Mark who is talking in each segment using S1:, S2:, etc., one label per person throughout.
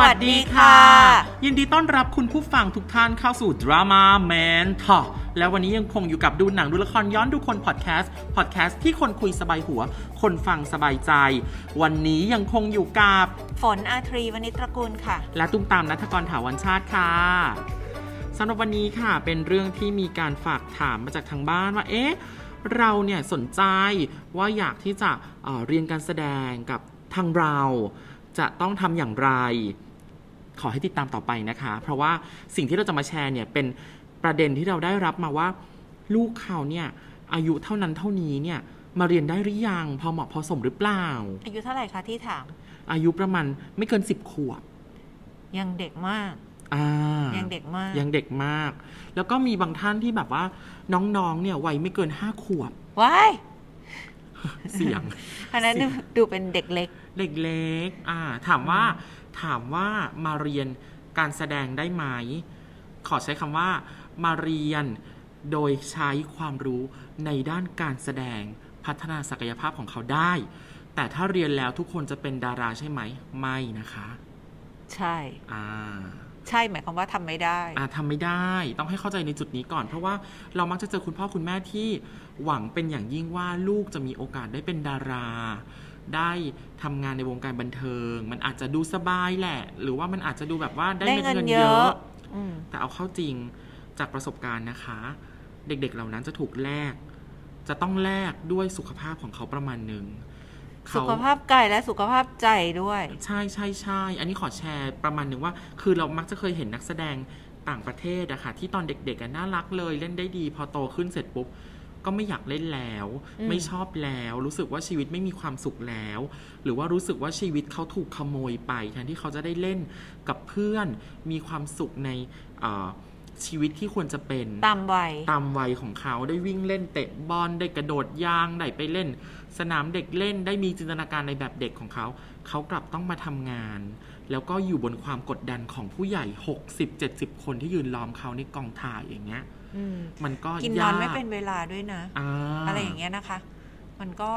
S1: วัสดีค่ะ
S2: ยินดีต้อนรับคุณผู้ฟังทุกท่านเข้าสู่ดราม่าแมนทอแล้ววันนี้ยังคงอยู่กับดูหนังดูละครย้อนดูคนพอดแคสต์พอดแคสต์ที่คนคุยสบายหัว คนฟังสบายใจ วันนี้ยังคงอยู่กับ
S1: ฝนอาทรีวณิชตระกูลค่ะ
S2: และตุ้มตามนัทกรถาวรชาติค่ะสำหรับวันนี้ค่ะเป็นเรื่องที่มีการฝากถามมาจากทางบ้านว่า เอ๊ะ เราเนี่ยสนใจว่าอยากที่จะเอ่อเรียนการแสดงกับทางเรา จะต้องทำอย่างไร ขอให้ติดตามต่อไปนะคะ เพราะว่าสิ่งที่เราจะมาแชร์เนี่ยเป็นประเด็นที่เราได้รับมาว่า ลูกเขาเนี่ยอายุเท่านั้นเท่านี้เนี่ยมาเรียนได้หรือยังพอเหมาะพอสมหรือเปล่า
S1: อายุเท่าไหร่คะที่ถาม
S2: อายุประมาณไม่เกิน10ขวบ
S1: ยังเด็กมาก
S2: อ่า
S1: ยังเด็กมาก
S2: ยังเด็กมาก แล้วก็มีบางท่านที่แบบว่าน้องๆ เนี่ยวัยไม่เกินห้าขวบ
S1: ว้าย
S2: เสียง
S1: อันนั้นดูดูเป็นเด็กเล็ก
S2: เด็กเล็กอ่า ถามว่า ถามว่ามาเรียนการแสดงได้ไหม ขอใช้คำว่า มาเรียนโดยใช้ความรู้ในด้านการแสดงพัฒนาศักยภาพของเขาได้ แต่ถ้าเรียนแล้วทุกคนจะเป็นดาราใช่ไหม ไม่นะคะ
S1: ใช่
S2: อ่า
S1: ใช่หมายความว่าทำไม่ได้
S2: อ่ะทำไม่ได้ต้องให้เข้าใจในจุดนี้ก่อน เพราะว่าเรามักจะเจอคุณพ่อคุณแม่ที่หวังเป็นอย่างยิ่งว่าลูกจะมีโอกาสได้เป็นดารา ได้ทำงานในวงการบันเทิง มันอาจจะดูสบายแหละ หรือว่ามันอาจจะดูแบบว่าได้
S1: ได้
S2: เม็ดเงิ
S1: เงิน
S2: น
S1: เย
S2: เย
S1: อะ
S2: อะ
S1: อืม
S2: แต่เอาเข้าจริงจากประสบการณ์นะคะ เด็กๆเหล่านั้นจะถูกแลกจะต้องแลกด้วยสุขภาพของเขาประมาณหนึ่งเข
S1: สุขภาพกายและสุขภาพใจด้วย
S2: ใช่ใช่ใช่ อันนี้ขอแชร์ประมาณหนึ่งว่า คือเรามักจะเคยเห็นนักแสดงต่างประเทศอะค่ะ ที่ตอนเด็กๆอะน่ารักเลยเล่นได้ดี พอโตขึ้นเสร็จปุ๊บ ก็ไม่อยากเล่นแล้ว
S1: อืม
S2: ไม่ชอบแล้ว รู้สึกว่าชีวิตไม่มีความสุขแล้ว หรือว่ารู้สึกว่าชีวิตเขาถูกขโมยไปแทนที่เขาจะได้เล่นกับเพื่อน มีความสุขในเอ่อชีวิตที่ควรจะเป็น
S1: ตามวัย
S2: ตามวัยของเขาได้วิ่งเล่นเตะบอลได้กระโดดยางได้ไปเล่น สนามเด็กเล่นได้มีจินตนาการในแบบเด็กของเขา เขากลับต้องมาทำงาน แล้วก็อยู่บนความกดดันของผู้ใหญ่ 60-70 คนที่ยืนล้อมเขาในกองถ่ายอย่างเงี้ย
S1: อืม
S2: มันก็
S1: กินนอน
S2: ยา
S1: ไม่เป็นเวลาด้วยนะ
S2: อ่า
S1: อะไรอย่างเงี้ยนะคะ มันก็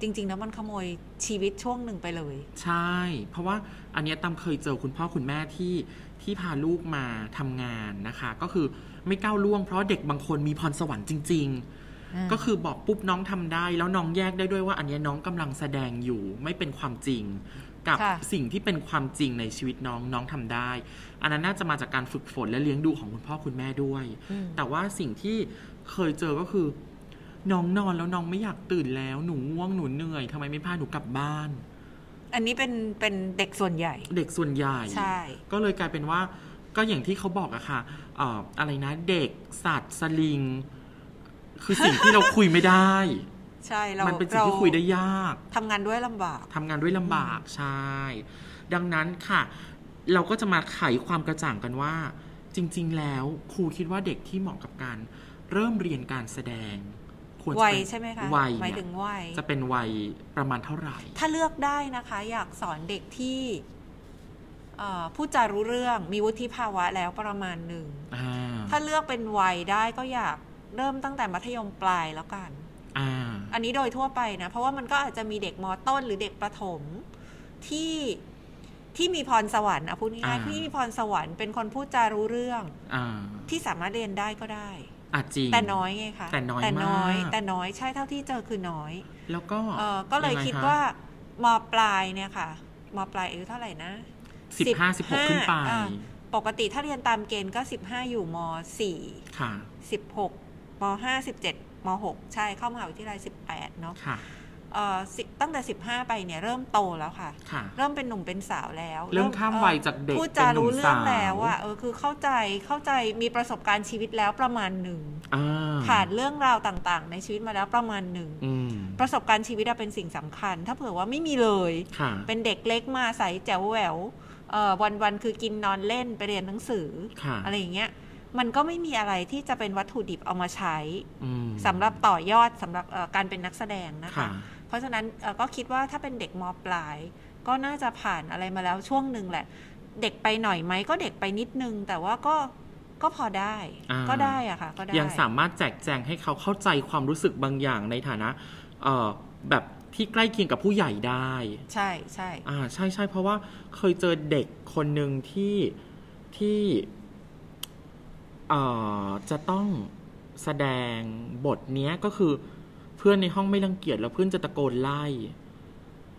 S1: จริงๆแล้วมันขโมยชีวิตช่วงหนึ่งไปเลย
S2: ใช่ เพราะว่าอันเนี้ยตามเคยเจอคุณพ่อคุณแม่ที่ที่พาลูกมาทำงานนะคะ ก็คือไม่ก้าวล่วงเพราะเด็กบางคนมีพรสวรรค์จริง ๆ ก็คือบอกปุ๊บน้องทำได้ แล้วน้องแยกได้ด้วยว่าอันเนี้ยน้องกำลังแสดงอยู่ไม่เป็นความจริง กับ
S1: ค่ะ
S2: สิ่งที่เป็นความจริงในชีวิตน้องน้องทำได้ อันนั้นน่าจะมาจากการฝึกฝนและเลี้ยงดูของคุณพ่อคุณแม่ด้วย
S1: อืม
S2: แต่ว่าสิ่งที่เคยเจอก็คือ น้องนอนแล้วน้องไม่อยากตื่นแล้วหนูง่วงหนูเหนื่อยทำไมไม่พาหนูกลับบ้าน
S1: อันนี้เป็นเป็นเด็กส่วนใหญ่
S2: เด็กส่วนใหญ่
S1: ใช่
S2: ก็เลยกลายเป็นว่าก็อย่างที่เขาบอกอะค่ะเอ่ออะไรนะเด็กสัตว์สลิง คือสิ่งที่เราคุยไม่ได้
S1: ใช่เรา
S2: มันเป็นสิ่งที่
S1: รา
S2: คุยได้ยาก
S1: ทำงานด้วยลำบาก
S2: ทำงานด้วยลำบากใช่ ดังนั้นค่ะ เราก็จะมาไขความกระจ่างกันว่า จริง ๆ แล้วครูคิดว่าเด็กที่เหมาะกับการเริ่มเรียนการแสดง ควรจะ
S1: วัย
S2: เป็น
S1: ใช่ไหมคะ
S2: วัย
S1: หมาย
S2: เนี่
S1: ถึ
S2: ย
S1: งวัย
S2: จะเป็นวัยประมาณเท่าไหร่
S1: ถ้าเลือกได้นะคะ อยากสอนเด็กที่เอ่อพูดจารู้เรื่องมีวุฒิภาวะแล้วประมาณหนึ่ง
S2: อ่า
S1: ถ้าเลือกเป็นวัยได้ก็อยากเริ่มตั้งแต่มัธยมปลายแล้วกัน
S2: อ่า
S1: อันนี้โดยทั่วไปนะ เพราะว่ามันก็อาจจะมีเด็กมอต้น หรือเด็กประถมที่ที่มีพรสวรรค์อะพูดง่าย
S2: อ่า
S1: ๆที่มีพรสวรรค์เป็นคนพูดจารู้เรื่อง
S2: อ่า
S1: ที่สามารถเรียนได้ก็ได้
S2: อาจริง
S1: แต่น้อยไงคะ
S2: แต่น้อย
S1: แต่น้อย
S2: มาก
S1: แต่น้อยใช่เท่าที่เจอคือน้อย
S2: แล้วก็
S1: เออก็เลย
S2: งไงะ
S1: คิดว่ามปลายเนี่ยค่ะมปลายอายุเท่าไหร่นะ
S2: สิบห้าสิบหกขึ้นไป
S1: อ่าปกติถ้าเรียนตามเกณฑ์ก็ 15 อยู่มสี่
S2: ค่ะ
S1: สิบหกมห้าสิบเจ็ดมหกใช่เข้ามหาวิทยาลัย 18 เนาะ
S2: ค่ะ
S1: เอ่อสิตั้งแต่ 15 ไปเนี่ยเริ่มโตแล้วค่ะ
S2: ค่ะ
S1: เริ่มเป็นหนุ่มเป็นสาวแล้ว
S2: เริ่มข้าม
S1: อ่อ
S2: วัยจากเด็ก
S1: พูดจา
S2: เป็นหนุ่ม
S1: รู้เรื่อง
S2: สาว
S1: แล้วอะเออคือเข้าใจเข้าใจมีประสบการณ์ชีวิตแล้วประมาณหนึ่ง
S2: อ่า
S1: ผ่านเรื่องราวต่างๆ ในชีวิตมาแล้วประมาณหนึ่ง
S2: อืม
S1: ประสบการณ์ชีวิตอะเป็นสิ่งสำคัญ ถ้าเผื่อว่าไม่มีเลย
S2: ค่ะ
S1: เป็นเด็กเล็กมาใสแจ๋วแหววเอ่อวันวันๆคือกินนอนเล่นไปเรียนหนังสือ
S2: ค่ะ
S1: อะไรอย่างเงี้ยมันก็ไม่มีอะไรที่จะเป็นวัตถุดิบเอามาใช้
S2: อืม
S1: สำหรับต่อยอดสำหรับเอ่อการเป็นนักแสดงนะคะ
S2: ค่ะ
S1: เพราะฉะนั้นเอ่อก็คิดว่าถ้าเป็นเด็กมปลาย ก็น่าจะผ่านอะไรมาแล้วช่วงหนึ่งแหละ เด็กไปหน่อยไหมก็เด็กไปนิดนึง แต่ว่าก็ก็พอได้
S2: อ่า
S1: ก็ได้อะค่ะ ก็ได้
S2: ยังสามารถแจกแจงให้เขาเข้าใจความรู้สึกบางอย่างในฐานะเอ่อแบบ ที่ใกล้เคียงกับผู้ใหญ่ได้
S1: ใช่ใช่
S2: อ่าใช่ใช่เพราะว่าเคยเจอเด็กคนหนึ่งที่ที่เอ่อจะต้องแสดงบทเนี้ยก็คือเพื่อนในห้องไม่รังเกียจแล้วเพื่อนจะตะโกนไล่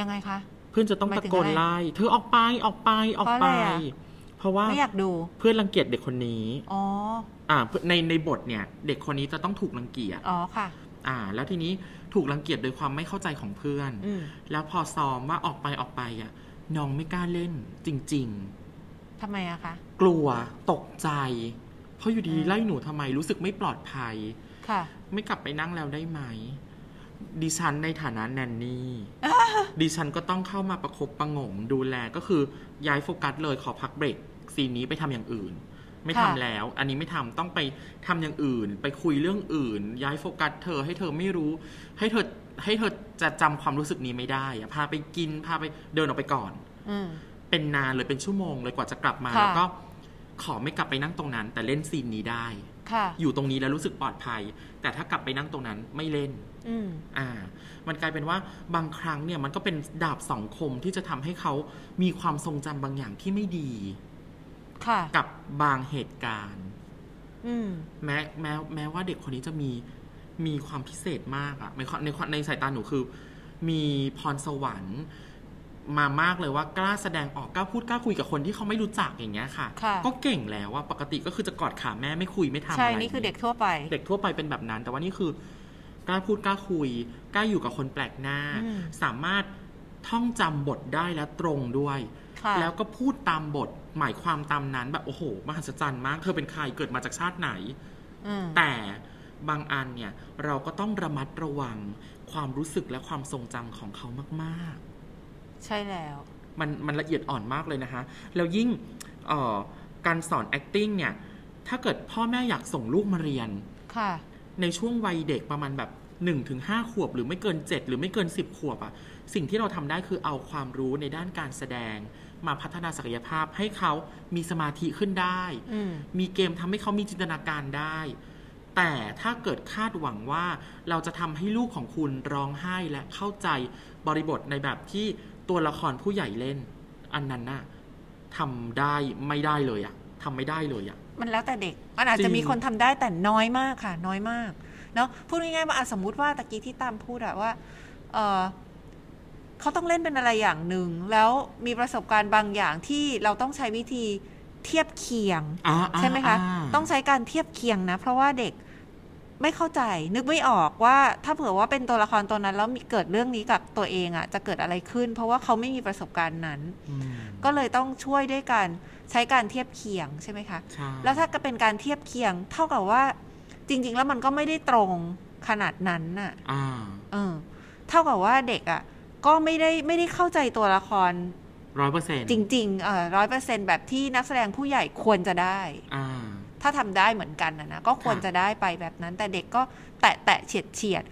S1: ยังไงคะ
S2: เพื่อนจะต้องตะโกนไล่เธอออกไปออกไปออกไป
S1: เพราะอะไรอะ
S2: เพราะว่า
S1: ไม่อยากดู
S2: เพื่อนรังเกียจเด็กคนนี้
S1: อ๋อ
S2: อ่าในในบทเนี่ย เด็กคนนี้จะต้องถูกรังเกียจ
S1: อ๋อค่ะ
S2: อ่า แล้วทีนี้ถูกรังเกียจโดยความไม่เข้าใจของเพื่อน
S1: อืม
S2: แล้วพอซ้อมว่าออกไปออกไปอ่ะน้องไม่กล้าเล่นจริง ๆ
S1: ทำไมอะคะ
S2: กลัวตกใจ เพราะอยู่ดี
S1: อืม
S2: ไล่หนูทำไมรู้สึกไม่ปลอดภัย
S1: ค่ะ
S2: ไม่กลับไปนั่งแล้วได้ไหม ดิฉันในฐานะแนนนี่ ดิฉันก็ต้องเข้ามาประคบประหงมดูแลก็คือย้ายโฟกัสเลยขอพักเบรกซีนนี้ไปทำอย่างอื่น ไม่ทำ
S1: ค่ะ
S2: แล้ว อันนี้ไม่ทำต้องไปทำอย่างอื่น ไปคุยเรื่องอื่น ย้ายโฟกัสเธอให้เธอไม่รู้ ให้เธอให้เธอจะจำความรู้สึกนี้ไม่ได้อะพาไปกินพาไปเดินออกไปก่อน
S1: อืม
S2: เป็นนานเลยเป็นชั่วโมงเลยกว่าจะกลับมา
S1: ค่ะ
S2: แล้วก็ขอไม่กลับไปนั่งตรงนั้น แต่เล่นซีนนี้ได้
S1: ค่ะ
S2: อยู่ตรงนี้แล้วรู้สึกปลอดภัย แต่ถ้ากลับไปนั่งตรงนั้นไม่เล่น
S1: อืม
S2: อ่า มันกลายเป็นว่าบางครั้งเนี่ยมันก็เป็นดาบสองคมที่จะทำให้เขามีความทรงจำบางอย่างที่ไม่ดี
S1: ค่ะ
S2: กับบางเหตุการณ์
S1: อืม
S2: แม้แม้แม้ว่าเด็กคนนี้จะมีมีความพิเศษมากอะในความในความในสายตาหนูคือ มีพรสวรรค์มามากเลยว่ากล้าแสดงออกกล้าพูดกล้าคุยกับคนที่เขาไม่รู้จักอย่างเงี้ยค่ะ
S1: ค่ะ
S2: ก็เก่งแล้วว่าปกติก็คือจะกอดขาแม่ไม่คุยไม่ทำอะไร
S1: ใช่ นี่คือเด็กทั่วไป
S2: เด็กทั่วไปเป็นแบบนั้น แต่ว่านี่คือกล้าพูดกล้าคุยกล้าอยู่กับคนแปลกหน้า
S1: อืม
S2: สามารถท่องจำบทได้และตรงด้วย
S1: ค่ะ
S2: แล้วก็พูดตามบทหมายความตามนั้นแบบโอ้โหมหัศจรรย์มากเธอเป็นใครเกิดมาจากชาติไหน
S1: อืม
S2: แต่บางอันเนี่ยเราก็ต้องระมัดระวังความรู้สึกและความทรงจำของเขามาก
S1: ใช่แล้ว
S2: ๆ มันมันละเอียดอ่อนมากเลยนะคะ แล้วยิ่งเอ่อการสอน acting เนี่ย ถ้าเกิดพ่อแม่อยากส่งลูกมาเรียน
S1: ค่ะ
S2: ในช่วงวัยเด็กประมาณแบบ1-5ถึงขวบ หรือไม่เกิน 7 หรือไม่เกิน 10 ขวบอะสิ่งที่เราทำได้คือเอาความรู้ในด้านการแสดง มาพัฒนาศักยภาพให้เขามีสมาธิขึ้นได้
S1: อืม
S2: มีเกมทำให้เขามีจินตนาการได้ แต่ถ้าเกิดคาดหวังว่าเราจะทำให้ลูกของคุณร้องไห้และเข้าใจบริบทในแบบที่ตัวละครผู้ใหญ่เล่น อันนั้นน่ะทำได้ไม่ได้เลยอะทำไม่ได้เลยอะ
S1: มันแล้วแต่เด็ก มันอาจ
S2: จริ
S1: จะ
S2: ง
S1: มีคนทำได้แต่น้อยมากค่ะ น้อยมาก เนอะพูดง่ายๆว่าอ่ะสมมุติว่าตะกี้ที่ตามพูดอะว่า เออเขาต้องเล่นเป็นอะไรอย่างหนึ่ง แล้วมีประสบการณ์บางอย่างที่เราต้องใช้วิธีเทียบเคียง
S2: อ่าอ่า
S1: ใช่ไหมคะ
S2: า
S1: ต้องใช้การเทียบเคียงนะ เพราะว่าเด็กไม่เข้าใจ นึกไม่ออกว่าถ้าเผื่อว่าเป็นตัวละครตัวนั้น แล้วมีเกิดเรื่องนี้กับตัวเองอะ่ะ จะเกิดอะไรขึ้น เพราะว่าเขาไม่มีประสบการณ์นั้น
S2: อืม
S1: ก็เลยต้องช่วยด้วยการใช้การเทียบเคียงใช่ไหมคะ
S2: ใช่
S1: แล้วถ้าก็เป็นการเทียบเคียง เท่ากับว่า จริง ๆ แล้วมันก็ไม่ได้ตรงขนาดนั้นน่ะ
S2: อ่า
S1: เออ เท่ากับว่าเด็กอะ่ะ ก็ไม่ได้ไม่ได้เข้าใจตัวละคร
S2: ร้อยเปอร์เซ็นต์
S1: จริงๆเออร้อยเปอร์เซ็นแบบที่นักแสดงผู้ใหญ่ควรจะได้
S2: อ่า
S1: ถ้าทำได้เหมือนกันนะนะก็ควร
S2: ค่ะ
S1: จะได้ไปแบบนั้น แต่เด็กก็แตะแตะเฉียดเฉียด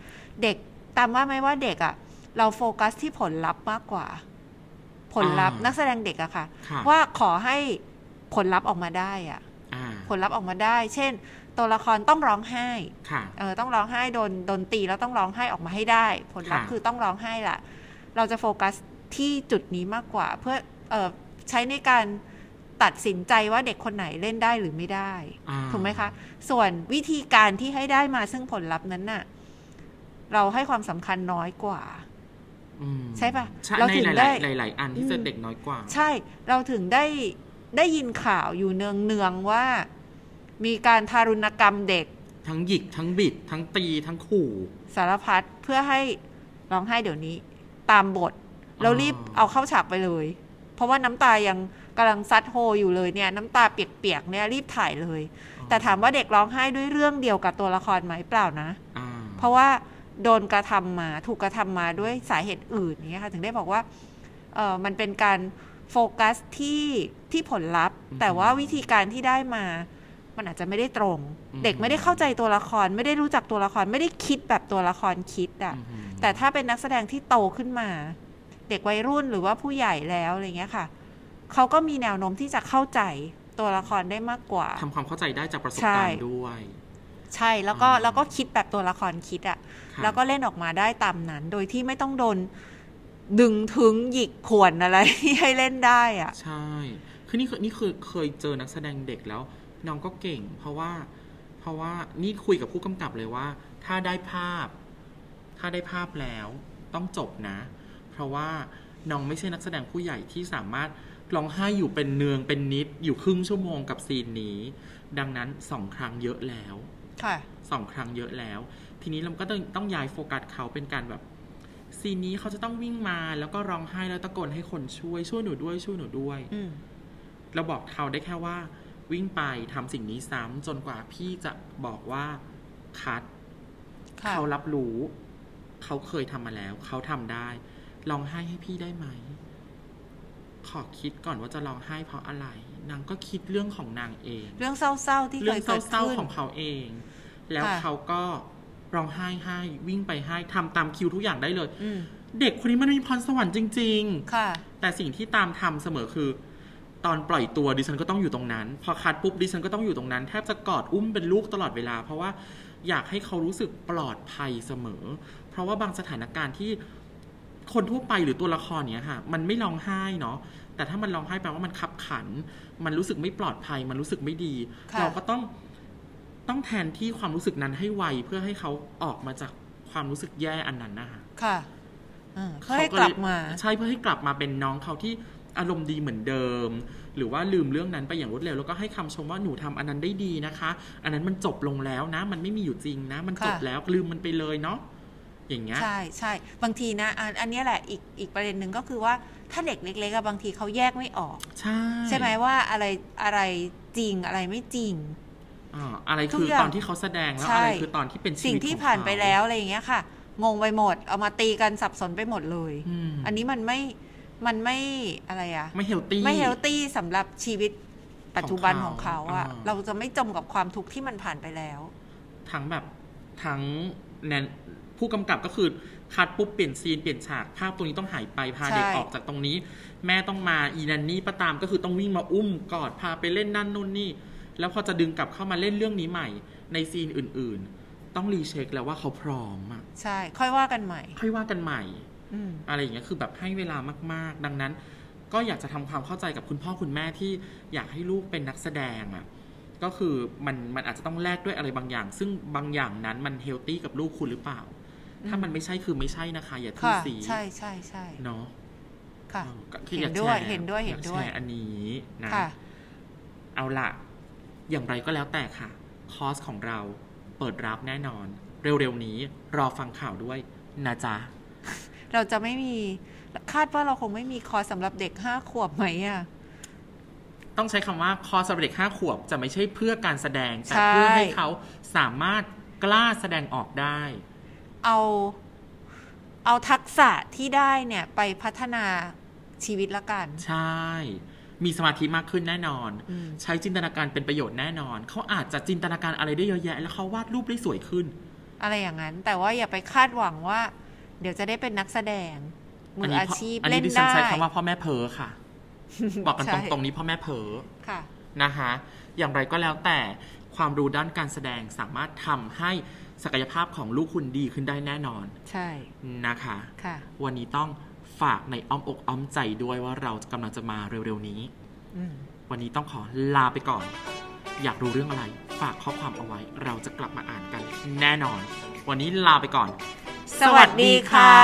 S1: เด็กตามว่าไหมว่าเด็กอะ่ะ เราโฟกัสที่ผลลัพธ์มากกว่า ผลลัพธ์นักแสดงเด็กอะค่ะ
S2: ค่ะ
S1: ว่าขอให้ผลลัพธ์ออกมาได้อะ
S2: อ่า
S1: ผลลัพธ์ออกมาได้ เช่น ตัวละครต้องร้องไห้
S2: ค่ะ
S1: เออต้องร้องไห้โดนโดนตีแล้วต้องร้องไห้ออกมาให้ได้ ผลลัพธ์
S2: ค่ะ
S1: คือต้องร้องไห้ละเราจะโฟกัสที่จุดนี้มากกว่า เพื่อเออใช้ในการตัดสินใจว่าเด็กคนไหนเล่นได้หรือไม่ได้
S2: อ่า
S1: ถูกไหมคะ ส่วนวิธีการที่ให้ได้มาซึ่งผลลัพธ์นั้นน่ะ เราให้ความสำคัญน้อยกว่า
S2: อืม
S1: ใช่ปะ
S2: ใช่
S1: เรา
S2: ใน
S1: ถึง
S2: หล
S1: ได้
S2: ายๆหลาย ๆ อันที่เจออ
S1: ม
S2: เด็กน้อยกว่า
S1: ใช่ เราถึงได้ได้ยินข่าวอยู่เนืองเนืองๆว่า มีการทารุณกรรมเด็ก
S2: ทั้งหยิกทั้งบิด ทั้งตีทั้งขู่
S1: สารพัดเพื่อให้ร้องไห้เดี๋ยวนี้ ตามบท เรารีบเอาเข้าฉากไปเลย เพราะว่าน้ำตายังกำลังซัดโฮอยู่เลยเนี่ย น้ำตาเปียกๆเนี่ยรีบถ่ายเลย แต่ถามว่าเด็กร้องไห้ด้วยเรื่องเดียวกับตัวละครไหมเปล่านะ
S2: อ่า
S1: เพราะว่าโดนกระทำมาถูกกระทำมาด้วยสาเหตุอื่นอย่างเงี้ยค่ะ ถึงได้บอกว่าเออมันเป็นการโฟกัสที่ที่ผลลัพธ์ แต่ว่าวิธีการที่ได้มา มันอาจจะไม่ได้ตรง เด็กไม่ได้เข้าใจตัวละคร ไม่ได้รู้จักตัวละคร ไม่ได้คิดแบบตัวละครคิดอะ่ะ
S2: อือหือ
S1: แต่ถ้าเป็นนักแสดงที่โตขึ้นมา เด็กวัยรุ่นหรือว่าผู้ใหญ่แล้วอะไรเงี้ยค่ะเขาก็มีแนวโน้มที่จะเข้าใจตัวละครได้มากกว่า
S2: ทำความเข้าใจได้จากประสบ
S1: ใช่
S2: การณ์ด้วย
S1: ใช่แล้วก็
S2: อ่า
S1: แล้วก็คิดแบบตัวละครคิดอะ
S2: ค่ะ
S1: แล้วก็เล่นออกมาได้ตามนั้น โดยที่ไม่ต้องโดนดึงถึงหยิกข่วนอะไร ที่ให้เล่นได้อะ
S2: ใช่ คือนี่คือนี่คือเคยเจอนักแสดงเด็กแล้วน้องก็เก่ง เพราะว่า เพราะว่านี่คุยกับผู้กำกับเลยว่า ถ้าได้ภาพ ถ้าได้ภาพแล้วต้องจบนะ เพราะว่าน้องไม่ใช่นักแสดงผู้ใหญ่ที่สามารถร้องไห้อยู่เป็นเนืองเป็นนิดอยู่ครึ่งชั่วโมงกับซีนนี้ ดังนั้นสองครั้งเยอะแล้ว
S1: ค่ะ
S2: สองครั้งเยอะแล้ว ทีนี้เราก็ต้องต้องย้ายโฟกัสเขาเป็นการแบบซีนนี้เขาจะต้องวิ่งมาแล้วก็ร้องไห้แล้วตะโกนให้คนช่วยช่วยหนูด้วยช่วยหนูด้วย
S1: อืม
S2: เราบอกเขาได้แค่ว่า วิ่งไปทำสิ่งนี้ซ้ำจนกว่าพี่จะบอกว่าคัด
S1: ค่ะ
S2: เขารับรู้ เขาเคยทำมาแล้ว เขาทำได้ร้องไห้ให้พี่ได้ไหม ขอคิดก่อนว่าจะร้องไห้เพราะอะไรนางก็คิดเรื่องของนางเอง
S1: เรื่องเศร้าๆที่
S2: เรื่
S1: เค
S2: อง
S1: ย
S2: เ
S1: เกิด
S2: ศร้า
S1: ขึ้น
S2: ๆของเขาเอง แล้ว
S1: ค่ะ
S2: เขาก็ร้องไห้ให้วิ่งไปให้ทำตามคิวทุกอย่างได้เลย
S1: อืม
S2: เด็กคนนี้มันมีพรสวรรค์จริง
S1: ค่ะ
S2: ๆ แต่สิ่งที่ตามทำเสมอคือ ตอนปล่อยตัวดิฉันก็ต้องอยู่ตรงนั้น พอคัดปุ๊บดิฉันก็ต้องอยู่ตรงนั้น แทบจะกอดอุ้มเป็นลูกตลอดเวลา เพราะว่าอยากให้เขารู้สึกปลอดภัยเสมอ เพราะว่าบางสถานการณ์ที่คนทั่วไปหรือตัวละครเนี้ยค่ะ มันไม่ร้องไห้เนาะแต่ถ้ามันร้องไห้แปลว่ามันขับขัน มันรู้สึกไม่ปลอดภัย มันรู้สึกไม่ดี
S1: ค่ะ
S2: เราก็ต้องต้องแทนที่ความรู้สึกนั้นให้ไวเพื่อให้เขาออกมาจากความรู้สึกแย่อันนั้นนะคะ
S1: ค่ะอืมเพื่อให้กลับมา
S2: ใช่เพื่อให้กลับมาเป็นน้องเขาที่อารมณ์ดีเหมือนเดิม หรือว่าลืมเรื่องนั้นไปอย่างรวดเร็วแล้วก็ให้คำชมว่าหนูทำอันนั้นได้ดีนะคะ อันนั้นมันจบลงแล้วนะ มันไม่มีอยู่จริงนะ มันจบ
S1: ค่ะ
S2: แล้วลืมมันไปเลยเนาะอย่างเงี้ย
S1: ใช่ใช่บางทีนะอันอันเนี้ยแหละอีกอีกประเด็นหนึ่งก็คือว่าถ้าเด็กเล็กๆอะบางทีเขาแยกไม่ออก
S2: ใช่
S1: ใช่ไหมว่าอะไรอะไรจริงอะไรไม่จริง
S2: อ่าอะไร
S1: ทุก
S2: คือ
S1: อย่าง
S2: ตอนที่เขาแสดงแล้ว
S1: ใช่
S2: อะไรคือตอนที่เป็นชีวิต
S1: สิ่ง
S2: ข
S1: ที่
S2: องเข
S1: ผ่านไปแล้วอะไรอย่างเงี้ยค่ะ งงไปหมด เอามาตีกันสับสนไปหมดเลย
S2: อืม
S1: อันนี้มันไม่มันไม่อะไรอะ
S2: ไม่เฮลตี้
S1: ไม่เฮลตี้สำหรับชีวิตปัจจุบัน
S2: ข
S1: ข
S2: อ
S1: อง ง
S2: เขา
S1: เขาอะ
S2: อ่า
S1: เราจะไม่จมกับความทุกข์ที่มันผ่านไปแล้ว
S2: ทั้งแบบทั้งแนนผู้กำกับก็คือคัดปุ๊บเปลี่ยนซีนเปลี่ยนฉากภาพตรงนี้ต้องหายไปพาเด็ก
S1: ใช่
S2: ออกจากตรงนี้ แม่ต้องมาอีนันนี่ประตามก็คือต้องวิ่งมาอุ้มกอดพาไปเล่นนั่นนู่นนี่ แล้วพอจะดึงกลับเข้ามาเล่นเรื่องนี้ใหม่ ในซีนอื่นๆ ต้องรีเช็คแล้วว่าเขาพร้อมอะ
S1: ใช่ ค่อยว่ากันใหม่
S2: ค่อยว่ากันใหม่
S1: อืม
S2: อะไรอย่างเงี้ยคือแบบให้เวลามาก ๆ ดังนั้น ก็อยากจะทำความเข้าใจกับคุณพ่อคุณแม่ที่อยากให้ลูกเป็นนักแสดงอะ่ะก็คือมันมันอาจจะต้องแลกด้วยอะไรบางอย่าง ซึ่งบางอย่างนั้นมันเฮลตี้กับลูกคุณหรือเปล่า
S1: อืม
S2: ถ้ามันไม่ใช่คือไม่ใช่นะคะ อย่าทุ่ม
S1: ค่ะ
S2: สี
S1: ใช่ใช่ใช่
S2: เนาะ
S1: ค่ะ
S2: เออก็คือ
S1: เห็
S2: อยาน ก
S1: ด้วย
S2: แชร์
S1: เห็นด้วย
S2: อ
S1: เห็
S2: ยาก
S1: น
S2: แช
S1: ด้วย
S2: ร์อันนี้นะ
S1: ค่ะ
S2: เอาละอย่างไรก็แล้วแต่ค่ะ คอร์สของเราเปิดรับแน่นอน เร็วๆนี้รอฟังข่าวด้วยนะจ๊ะ
S1: เราจะไม่มีคาดว่าเราคงไม่มีคอร์สสำหรับเด็กห้าขวบไหมอ่ะ
S2: ต้องใช้คำว่าคอร์สสำหรับเด็กห้าขวบจะไม่ใช่เพื่อการแสดง แต่
S1: ใช่
S2: เพื่อให้เขาสามารถกล้าแสดงออกได้
S1: เอาเอาทักษะที่ได้เนี่ยไปพัฒนาชีวิตละกัน
S2: ใช่ มีสมาธิมากขึ้นแน่นอน
S1: อืม
S2: ใช้จินตนาการเป็นประโยชน์แน่นอน เขาอาจจะจินตนาการอะไรได้เยอะแยะ แล้วเขาวาดรูปได้สวยขึ้น
S1: อะไรอย่างนั้น แต่ว่าอย่าไปคาดหวังว่า เดี๋ยวจะได้เป็นนักแสดง มืออาชีพ
S2: อัน
S1: เล่
S2: นี้
S1: น
S2: ดิฉัน
S1: ได้
S2: ใช้คำว่าพ่อแม่เพ้อค่ะ บอกกัน
S1: ใช่
S2: ตรงๆนี้พ่อแม่เพ้อ
S1: ค่ะ
S2: นะคะอย่างไรก็แล้วแต่ความรู้ด้านการแสดงสามารถทำให้ศักยภาพของลูกคุณดีขึ้นได้แน่นอน
S1: ใช่
S2: นะคะ
S1: ค่ะ
S2: วันนี้ต้องฝากในอ้อมอกอ้อมใจด้วยว่าเรากำลังจะมาเร็วๆนี้
S1: อืม
S2: วันนี้ต้องขอลาไปก่อน อยากรู้เรื่องอะไร ฝากข้อความเอาไว้ เราจะกลับมาอ่านกันแน่นอน วันนี้ลาไปก่อน
S1: สวัสดีค่ะ